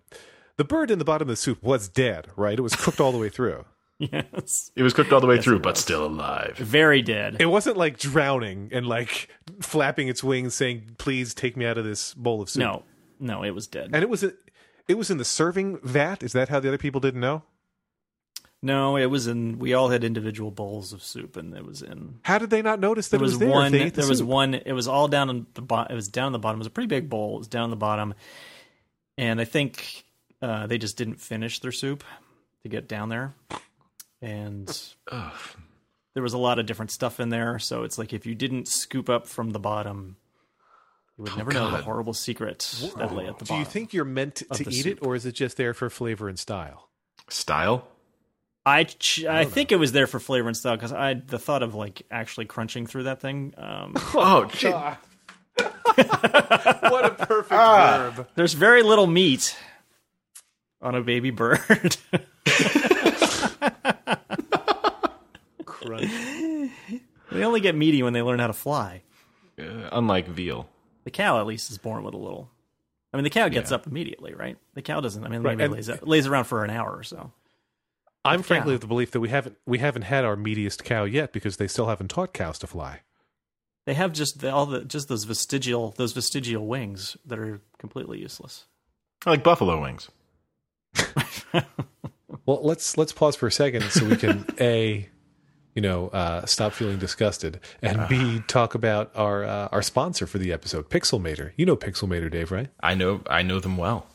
[SPEAKER 2] The bird in the bottom of the soup was dead, right? It was cooked all the way through.
[SPEAKER 3] [laughs] yes.
[SPEAKER 1] It was cooked all the way through, but still alive.
[SPEAKER 3] Very dead.
[SPEAKER 2] It wasn't like drowning and like flapping its wings, saying, "Please take me out of this bowl of soup."
[SPEAKER 3] No. No, it was dead.
[SPEAKER 2] and it was it was in the serving vat. Is that how the other people didn't know?
[SPEAKER 3] No, it was in. We all had individual bowls of soup, and it was in.
[SPEAKER 2] How did they not notice that
[SPEAKER 3] There
[SPEAKER 2] it
[SPEAKER 3] was
[SPEAKER 2] there? if
[SPEAKER 3] one.
[SPEAKER 2] they
[SPEAKER 3] There
[SPEAKER 2] ate the
[SPEAKER 3] was
[SPEAKER 2] soup?
[SPEAKER 3] one. It was all down on the bottom. It was down on the bottom. It was a pretty big bowl. It was down on the bottom, and I think uh, they just didn't finish their soup to get down there, and there was a lot of different stuff in there. So it's like if you didn't scoop up from the bottom, you would never know the horrible secret that lay at
[SPEAKER 2] Oh, Do
[SPEAKER 3] the bottom.
[SPEAKER 2] you think you're meant to
[SPEAKER 3] the
[SPEAKER 2] eat it, or is it just there for flavor and style?
[SPEAKER 1] Style.
[SPEAKER 3] I ch- I, think it was there for flavor and style because I the thought of like actually crunching through that thing. Um,
[SPEAKER 1] Oh, gee.
[SPEAKER 2] what a perfect verb.
[SPEAKER 3] There's very little meat on a baby bird. they only get meaty when they learn how to fly.
[SPEAKER 1] Uh, unlike veal.
[SPEAKER 3] The cow, at least, is born with a little. I mean, the cow gets up immediately, right? The cow doesn't. I mean, maybe
[SPEAKER 2] and-
[SPEAKER 3] lays, up, lays around for an hour or so.
[SPEAKER 2] I'm frankly of the belief that we haven't we haven't had our meatiest cow yet because they still haven't taught cows to fly.
[SPEAKER 3] They have just the, all the just those vestigial those vestigial wings that are completely useless.
[SPEAKER 1] I like buffalo wings.
[SPEAKER 2] Well, let's let's pause for a second so we [laughs] can a you know uh, stop feeling disgusted and b talk about our uh, our sponsor for the episode, Pixelmator. You know Pixelmator, Dave, right?
[SPEAKER 1] I know. I know them well.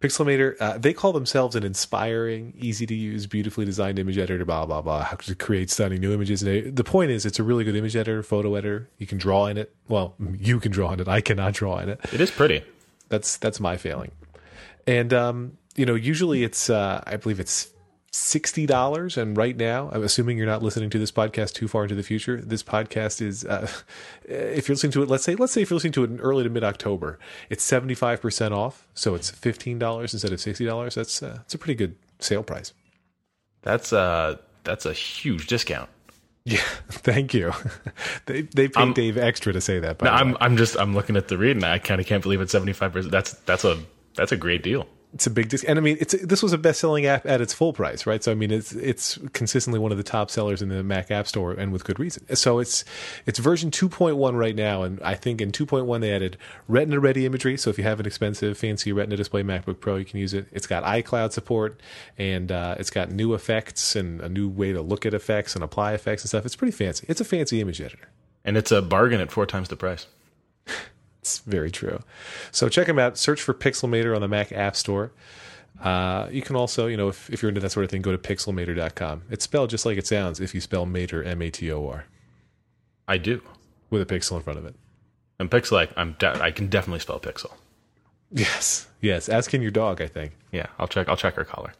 [SPEAKER 2] Pixelmator, uh, they call themselves an inspiring, easy to use, beautifully designed image editor, blah, blah, blah, how to create stunning new images. And they- the point is, it's a really good image editor, photo editor. You can draw in it. Well, you can draw in it. I cannot draw in it.
[SPEAKER 1] It is pretty.
[SPEAKER 2] That's that's my failing. And, um, you know, usually it's, uh, I believe it's $60. And right now, I'm assuming you're not listening to this podcast too far into the future. This podcast is, uh, if you're listening to it, let's say, let's say if you're listening to it in early to mid October, it's 75% off. So it's $15 instead of $60. That's, uh, that's a pretty good sale price.
[SPEAKER 1] That's uh that's a huge discount.
[SPEAKER 2] Yeah. [laughs] Thank you. they, they paid Dave extra to say that. By the way.
[SPEAKER 1] I'm I'm just I'm looking at the read and I kind of can't believe it's seventy five percent. That's that's a that's a great deal.
[SPEAKER 2] it's a big disc, and I mean, it's this was a best-selling app at its full price, right? So I mean, it's it's consistently one of the top sellers in the Mac App Store, and with good reason. So it's it's version 2.1 right now, and I think in 2.1 they added Retina-ready imagery. So if you have an expensive, fancy Retina display MacBook Pro, you can use it. It's got iCloud support, and uh, it's got new effects and a new way to look at effects and apply effects and stuff. It's pretty fancy. It's a fancy image editor.
[SPEAKER 1] And it's a bargain at four times the price.
[SPEAKER 2] It's very true. So check them out. Search for Pixelmator on the Mac App Store. Uh, you can also, you know, if, if you're into that sort of thing, go to pixelmator.com. It's spelled just like it sounds if you spell Mator, M A T O R,
[SPEAKER 1] I do.
[SPEAKER 2] with a pixel in front of it.
[SPEAKER 1] And Pixelike, I'm de- I can definitely spell Pixel.
[SPEAKER 2] Yes. Yes. Ask in your dog, I think.
[SPEAKER 1] Yeah, I'll check. I'll check her collar.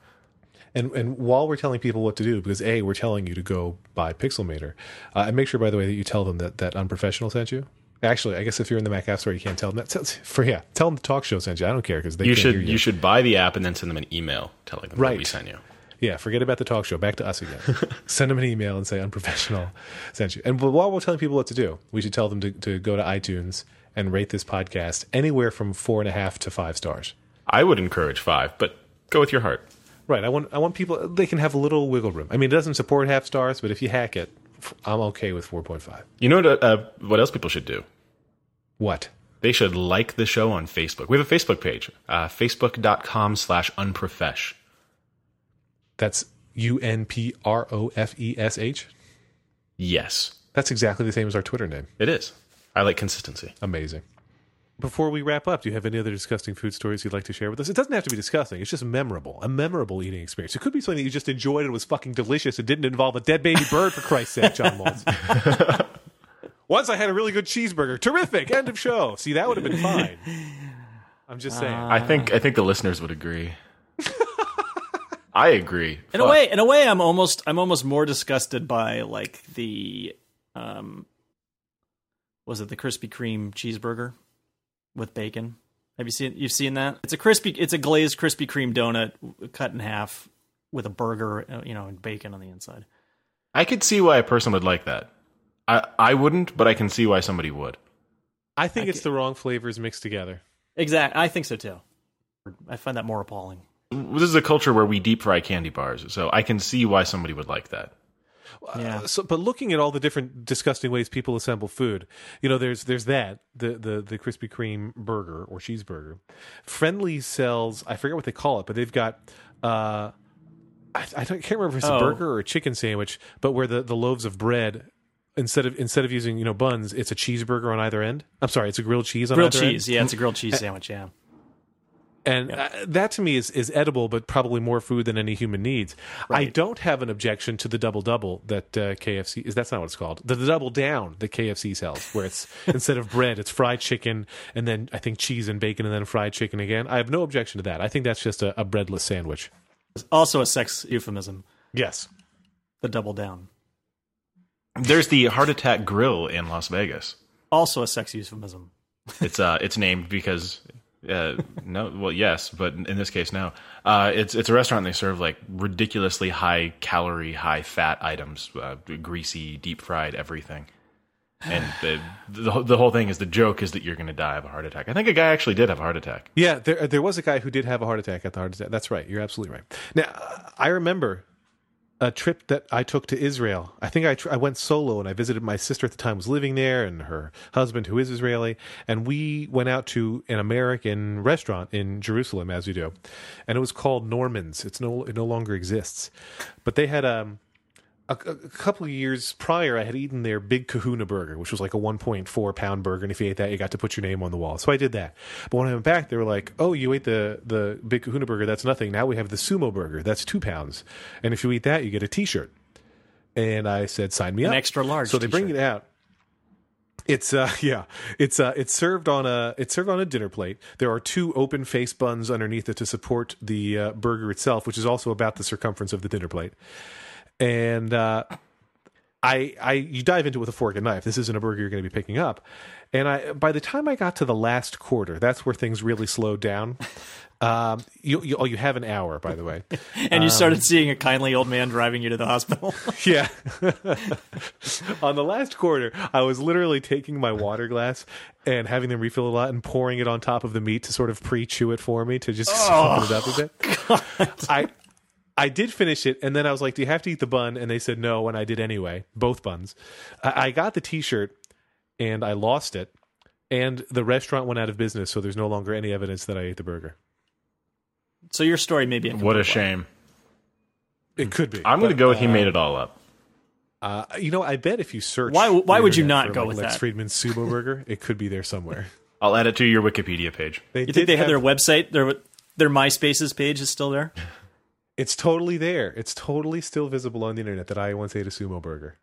[SPEAKER 2] And and while we're telling people what to do, because A, we're telling you to go buy Pixelmator, uh, and make sure, by the way, that you tell them that, that Unprofessional sent you. Actually, I guess if you're in the Mac App Store, you can't tell them that. Tell- For yeah, tell them the talk show sent you. I don't care because they
[SPEAKER 1] You
[SPEAKER 2] can't
[SPEAKER 1] should
[SPEAKER 2] hear
[SPEAKER 1] you. should buy the app and then send them an email telling them that we
[SPEAKER 2] Right.
[SPEAKER 1] sent you.
[SPEAKER 2] Yeah, forget about the talk show. Back to us again. Send them an email and say unprofessional sent you. And while we're telling people what to do, we should tell them to, to go to iTunes and rate this podcast anywhere from four and a half to five stars.
[SPEAKER 1] I would encourage five, but go with your heart.
[SPEAKER 2] Right. I want I want people they can have a little wiggle room. I mean, it doesn't support half stars, but if you hack it, f- I'm okay with four point five.
[SPEAKER 1] You know what? Uh, what else people should do?
[SPEAKER 2] What?
[SPEAKER 1] They should like the show on Facebook. We have a Facebook page, uh, facebook.com slash unprofesh.
[SPEAKER 2] That's U N P R O F E S H.
[SPEAKER 1] Yes,
[SPEAKER 2] That's exactly the same as our Twitter name.
[SPEAKER 1] it is. I like consistency.
[SPEAKER 2] Amazing. Before we wrap up, do you have any other disgusting food stories you'd like to share with us? It doesn't have to be disgusting. It's just memorable, a memorable eating experience. It could be something that you just enjoyed and was fucking delicious and didn't involve a dead baby bird, for Christ's sake, John Waltz. Once I had a really good cheeseburger. Terrific. End of show. See, that would have been fine. I'm just saying.
[SPEAKER 3] Ah.
[SPEAKER 1] I think I think the listeners would
[SPEAKER 3] [laughs]
[SPEAKER 1] agree. I agree.
[SPEAKER 3] In a way, in a way, I'm almost I'm almost more disgusted by like the um, was it the Krispy Kreme cheeseburger with bacon? Have you seen you've seen that? It's a crispy, it's a glazed Krispy Kreme donut cut in half with a burger, uh, you know, and bacon on the inside.
[SPEAKER 1] I could see why a person would like that. I I wouldn't, but I can see why somebody would.
[SPEAKER 2] I think it's the wrong flavors mixed together.
[SPEAKER 3] Exact, I think so too. I find that more appalling.
[SPEAKER 1] This is a culture where we deep fry candy bars, so I can see why somebody would like that.
[SPEAKER 2] Uh,
[SPEAKER 3] Yeah.
[SPEAKER 2] so but looking at all the different disgusting ways people assemble food you know there's there's that the the the krispy kreme burger or cheeseburger friendly sells i forget what they call it but they've got uh i, I don't, can't remember if it's
[SPEAKER 3] Oh.
[SPEAKER 2] a burger or a chicken sandwich but where the the loaves of bread instead of instead of using you know buns it's a cheeseburger on either end i'm sorry it's a grilled cheese on
[SPEAKER 3] Grilled
[SPEAKER 2] either end.
[SPEAKER 3] cheese, yeah, it's a grilled cheese sandwich. Yeah,
[SPEAKER 2] And uh, that to me is, is edible, but probably more food than any human needs. I don't have an objection to the double double that uh, KFC is. That's not what it's called. The, the double down that KFC sells, where it's instead of bread, it's fried chicken, and then I think cheese and bacon, and then fried chicken again. I have no objection to that. I think that's just a, a breadless sandwich.
[SPEAKER 3] It's also a sex euphemism.
[SPEAKER 2] Yes.
[SPEAKER 3] The double down,
[SPEAKER 1] There's the Heart Attack Grill in Las Vegas.
[SPEAKER 3] also a sex euphemism.
[SPEAKER 1] It's uh, it's named because uh, no, well, yes, but in this case, no. Uh, it's it's a restaurant. They serve like ridiculously high calorie, high fat items, uh, greasy, deep fried everything. And the, the whole- the whole thing is the joke is that you're going to die of a heart attack. I think a guy actually did have a heart attack.
[SPEAKER 2] Yeah, there uh, there was a guy who did have a heart attack at the heart attack. That's right. You're absolutely right. Now, uh, I remember a trip that I took to Israel. I think I tr- I went solo and I visited my sister at the time was living there and her husband who is Israeli and we went out to an American restaurant in Jerusalem as you do. And it was called Norman's. It's no it no longer exists. But they had um a, a couple of years prior, I had eaten their Big Kahuna burger, which was like a 1.4 pound burger, and if you ate that, you got to put your name on the wall. So I did that. But when I went back, they were like, "Oh, you ate the the Big Kahuna burger. That's nothing. Now we have the Sumo burger. That's two pounds, and if you eat that, you get a T-shirt." And I said, "Sign me
[SPEAKER 3] An
[SPEAKER 2] up."
[SPEAKER 3] extra large
[SPEAKER 2] So they bring
[SPEAKER 3] t-shirt.
[SPEAKER 2] it out. It's uh [laughs] yeah, it's uh it's served on a it's served on a dinner plate. There are two open face buns underneath it to support the uh, burger itself, which is also about the circumference of the dinner plate and uh, I, I, you dive into it with a fork and knife. This isn't a burger you're going to be picking up. And I, by the time I got to the last quarter, that's where things really slowed down. [laughs] Um, you, you, oh, you have an hour, by the way.
[SPEAKER 3] And
[SPEAKER 1] Um,
[SPEAKER 3] you started seeing a kindly old man driving you to the hospital. [laughs]
[SPEAKER 2] yeah. [laughs] On the last quarter, I was literally taking my water glass and having them refill a lot and pouring it on top of the meat to sort of pre-chew it for me to just soften it up a bit. I I did finish it, and then I was like, "Do you have to eat the bun?" And they said no, and I did anyway. Both buns. I, I got the T-shirt, and I lost it, and the restaurant went out of business, so there's no longer any evidence that I ate the burger.
[SPEAKER 3] so your story may be a
[SPEAKER 1] What a shame.
[SPEAKER 2] It could be.
[SPEAKER 1] I'm going to go with he made it all up.
[SPEAKER 2] Uh, you know, I bet if you search,
[SPEAKER 3] Why- why
[SPEAKER 2] the
[SPEAKER 3] would you
[SPEAKER 2] internet
[SPEAKER 3] not
[SPEAKER 2] for,
[SPEAKER 3] go
[SPEAKER 2] like,
[SPEAKER 3] with
[SPEAKER 2] Lex
[SPEAKER 3] that?
[SPEAKER 2] Friedman's sumo burger? It could be there somewhere.
[SPEAKER 1] I'll add it to your Wikipedia page.
[SPEAKER 2] They
[SPEAKER 3] [laughs] You think
[SPEAKER 2] did
[SPEAKER 3] they had
[SPEAKER 2] have-
[SPEAKER 3] their website, their their MySpaces page is still there?
[SPEAKER 2] It's totally there. It's totally still visible on the internet that I once ate a sumo burger.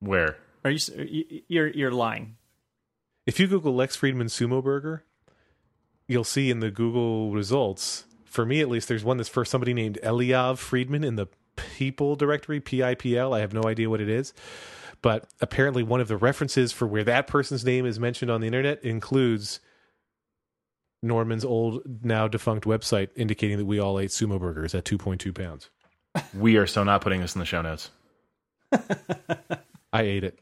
[SPEAKER 1] Where?
[SPEAKER 3] Are you s- you you're you're lying?
[SPEAKER 2] If you Google Lex Friedman sumo burger, you'll see in the Google results. For me, at least, there's one that's for somebody named Eliav Friedman in the People directory, P I P L. I have no idea what it is, but apparently, one of the references for where that person's name is mentioned on the internet includes Norman's old, now defunct website, indicating that we all ate sumo burgers at 2.2 pounds.
[SPEAKER 1] We are so not putting this in the show notes.
[SPEAKER 2] I ate it.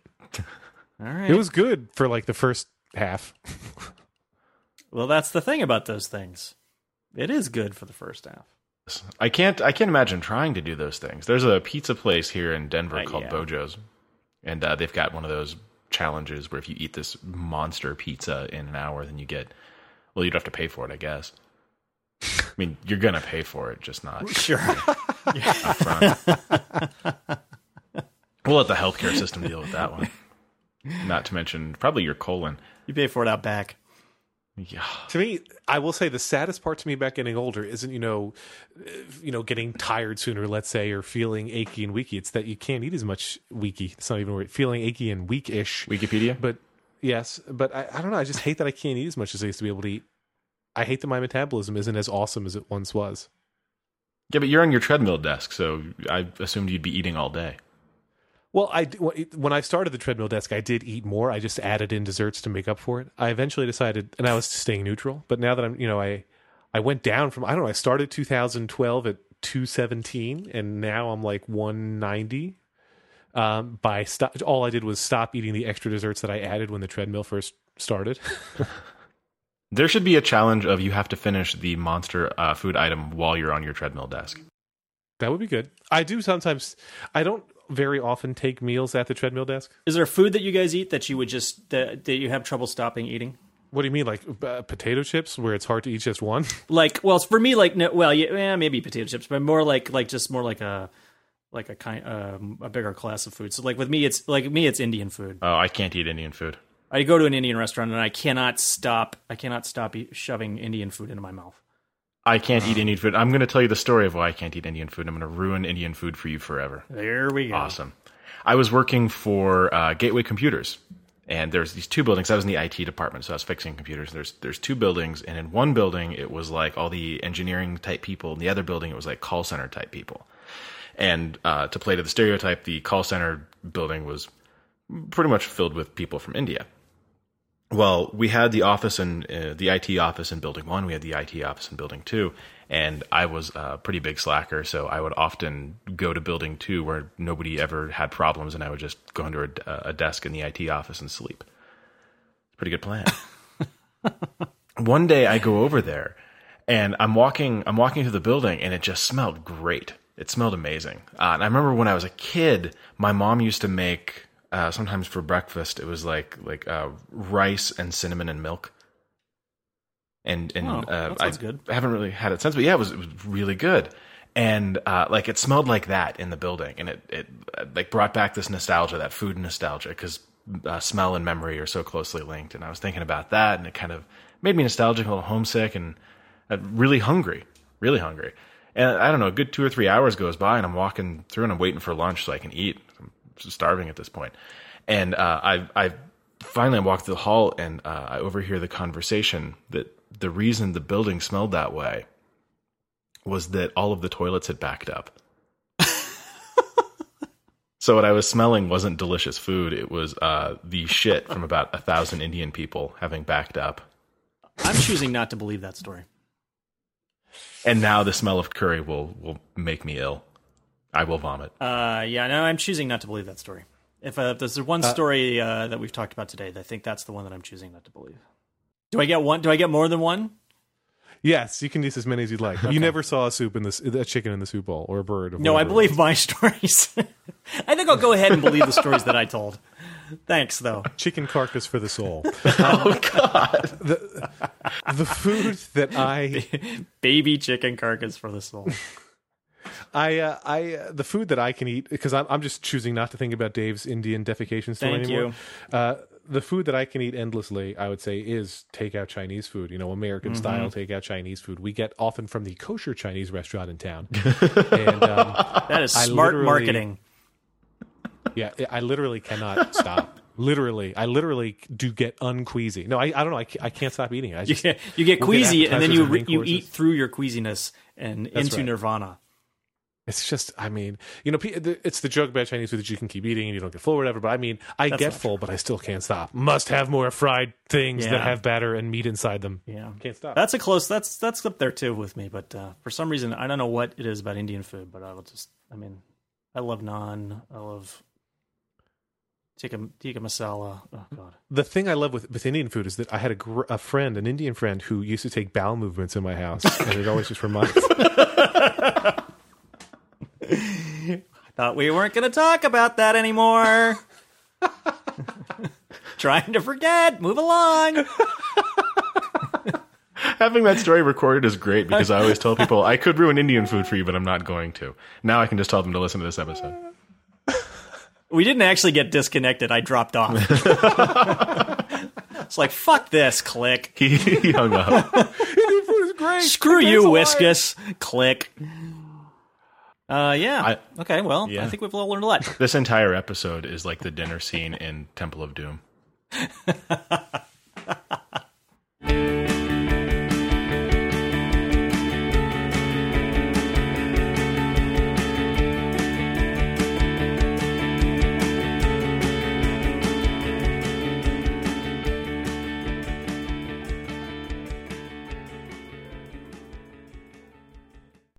[SPEAKER 3] All right.
[SPEAKER 2] It was good for like the first half. [laughs]
[SPEAKER 3] well, that's the thing about those things. It is good for the first half.
[SPEAKER 1] I can't. I can't imagine trying to do those things. There's a pizza place here in Denver
[SPEAKER 3] Uh,
[SPEAKER 1] called
[SPEAKER 3] yeah.
[SPEAKER 1] Bojo's, and uh, they've got one of those challenges where if you eat this monster pizza in an hour, then you get. Well, you'd have to pay for it, I guess. I mean, you're gonna pay for it, just not
[SPEAKER 3] Sure.
[SPEAKER 1] upfront. we'll let the healthcare system deal with that one. Not to mention probably your colon.
[SPEAKER 3] [laughs] you pay for it out back.
[SPEAKER 1] Yeah.
[SPEAKER 2] to me, I will say the saddest part to me about getting older isn't you know, uh, you know, getting tired sooner, let's say, or feeling achy and weaky. It's that you can't eat as much weaky. It's not even a word. Feeling achy and weakish.
[SPEAKER 1] Wikipedia.
[SPEAKER 2] But yes, but I, I don't know. I just hate that I can't eat as much as I used to be able to eat. I hate that my metabolism isn't as awesome as it once was.
[SPEAKER 1] Yeah, but you're on your treadmill desk, so I assumed you'd be eating all day.
[SPEAKER 2] Well, I d- wh- it- when I started the treadmill desk, I did eat more. I just added in desserts to make up for it. I eventually decided, and I was staying neutral. But now that I'm, you know, I I went down from I don't know. I started 2012 at 217, and now I'm like 190. Um, by stop, all I did was stop eating the extra desserts that I added when the treadmill first started. [laughs]
[SPEAKER 1] There should be a challenge of you have to finish the monster uh, food item while you're on your treadmill desk.
[SPEAKER 2] that would be good. I do sometimes. I don't very often take meals at the treadmill desk.
[SPEAKER 3] Is there food that you guys eat that you would just that, that you have trouble stopping eating?
[SPEAKER 2] What do you mean, like uh, potato chips, where it's hard to eat just one? [laughs]
[SPEAKER 3] Like, well, for me, like, no, well, yeah, eh, maybe potato chips, but more like, like, just more like a, like a kind, um, a bigger class of food. So, like, with me, it's like me, it's Indian food.
[SPEAKER 1] Oh, I can't eat Indian food.
[SPEAKER 3] I go to an Indian restaurant and I cannot stop, I cannot stop eat, shoving Indian food into my mouth.
[SPEAKER 1] I can't eat Indian food. I'm going to tell you the story of why I can't eat Indian food. I'm going to ruin Indian food for you forever.
[SPEAKER 3] There we go.
[SPEAKER 1] Awesome. I was working for uh, Gateway Computers, and there's these two buildings. I was in the IT department, so I was fixing computers. There's there's two buildings, and in one building it was like all the engineering type people, and the other building it was like call center type people. And uh, to play to the stereotype, the call center building was pretty much filled with people from India. Well, we had the office in uh, the IT office in building one. We had the IT office in building two, and I was a pretty big slacker, so I would often go to building two where nobody ever had problems, and I would just go under a, a desk in the IT office and sleep. Pretty good plan. One day I go over there, and I'm walking. I'm walking through the building, and it just smelled great. It smelled amazing. Uh, and I remember when I was a kid, my mom used to make uh, sometimes for breakfast. It was like like uh, rice and cinnamon and milk. And and
[SPEAKER 3] Oh,
[SPEAKER 1] uh,
[SPEAKER 3] that
[SPEAKER 1] I
[SPEAKER 3] sounds good.
[SPEAKER 1] haven't really had it since, but yeah, it was, it was really good. And uh, like it smelled like that in the building, and it it uh, like brought back this nostalgia, that food nostalgia, because uh, smell and memory are so closely linked. And I was thinking about that, and it kind of made me nostalgic, a little homesick, and uh, really hungry, really hungry. And I don't know, a good two or three hours goes by, and I'm walking through, and I'm waiting for lunch so I can eat. I'm starving at this point, and uh, I I finally I walk through the hall, and uh, I overhear the conversation that the reason the building smelled that way was that all of the toilets had backed up. [laughs] so what I was smelling wasn't delicious food; it was uh, the shit from about a thousand Indian people having backed up.
[SPEAKER 3] I'm choosing not to believe that story.
[SPEAKER 1] And now the smell of curry will will make me ill. I will vomit.
[SPEAKER 3] Uh, yeah, no, I'm choosing not to believe that story. If, uh, if there's one story uh, that we've talked about today, I think that's the one that I'm choosing not to believe. Do I get one? Do I get more than one?
[SPEAKER 2] Yes, you can use as many as you'd like. You never saw a soup in this a chicken in the soup bowl or a bird. Or
[SPEAKER 3] No, I
[SPEAKER 2] whatever.
[SPEAKER 3] believe my [laughs] stories. I think I'll go ahead and believe the stories that I
[SPEAKER 2] [laughs]
[SPEAKER 3] told. Thanks, though.
[SPEAKER 2] chicken carcass for the
[SPEAKER 3] [laughs]
[SPEAKER 2] soul. oh God! The, the food that
[SPEAKER 3] [laughs]
[SPEAKER 2] I
[SPEAKER 3] Baby chicken carcass for the soul.
[SPEAKER 2] I uh, I uh, the food that I can eat because I'm I'm just choosing not to think about Dave's Indian defecation story
[SPEAKER 3] Thank
[SPEAKER 2] anymore. Uh, the food that I can eat endlessly, I would say, is takeout Chinese food. You know, American
[SPEAKER 3] Mm-hmm.
[SPEAKER 2] style takeout Chinese food. We get often from the kosher Chinese restaurant in
[SPEAKER 3] [laughs]
[SPEAKER 2] town. and um,
[SPEAKER 3] That is
[SPEAKER 2] I
[SPEAKER 3] smart
[SPEAKER 2] literally-
[SPEAKER 3] marketing.
[SPEAKER 2] yeah, I- I literally [laughs] cannot stop. Literally, I literally do get unqueasy. No, I, I don't know. I, ca- I can't stop eating it. I
[SPEAKER 3] You [laughs]
[SPEAKER 2] just,
[SPEAKER 3] get, you get
[SPEAKER 2] We'll get
[SPEAKER 3] queasy, and then
[SPEAKER 2] appetizers
[SPEAKER 3] you
[SPEAKER 2] and
[SPEAKER 3] re-
[SPEAKER 2] main
[SPEAKER 3] you
[SPEAKER 2] courses.
[SPEAKER 3] eat through your queasiness and into
[SPEAKER 2] right.
[SPEAKER 3] nirvana.
[SPEAKER 2] It's just, I mean, you know, pe- the- it's the joke about Chinese food that you can keep eating and you don't get full or whatever. But I mean, I get full, but I still can't stop. Must have more fried things that
[SPEAKER 3] Yeah.
[SPEAKER 2] have batter and meat inside them.
[SPEAKER 3] Yeah,
[SPEAKER 2] Can't stop.
[SPEAKER 3] That's a close. That's that's up there too with me. But uh, for some reason, I don't know what it is about Indian food, but I will just. I mean, I love naan. I love tikka tikka masala. Oh god.
[SPEAKER 2] The thing I love with, with Indian food is that I had a, gr- a friend, an Indian friend, who used to take bowel movements in my house, and it always just [laughs] reminds.
[SPEAKER 3] Thought we weren't going to talk about that anymore. [laughs] Trying to forget. Move along.
[SPEAKER 1] Having that story recorded is great because I always tell people I could ruin Indian food for you, but I'm not going to. Now I can just tell them to listen to this episode. [laughs]
[SPEAKER 3] We didn't actually get disconnected. I dropped off. [laughs] it's like fuck this. Click.
[SPEAKER 1] He, he hung up.
[SPEAKER 2] Indian food is great.
[SPEAKER 3] Screw
[SPEAKER 2] Thanks
[SPEAKER 3] you,
[SPEAKER 2] a lot.
[SPEAKER 3] Whiskus. Click. Uh, yeah.
[SPEAKER 1] I-
[SPEAKER 3] okay. Well, I
[SPEAKER 1] Yeah.
[SPEAKER 3] think we've all learned a lot.
[SPEAKER 1] This entire episode is like the dinner scene in Temple of Doom.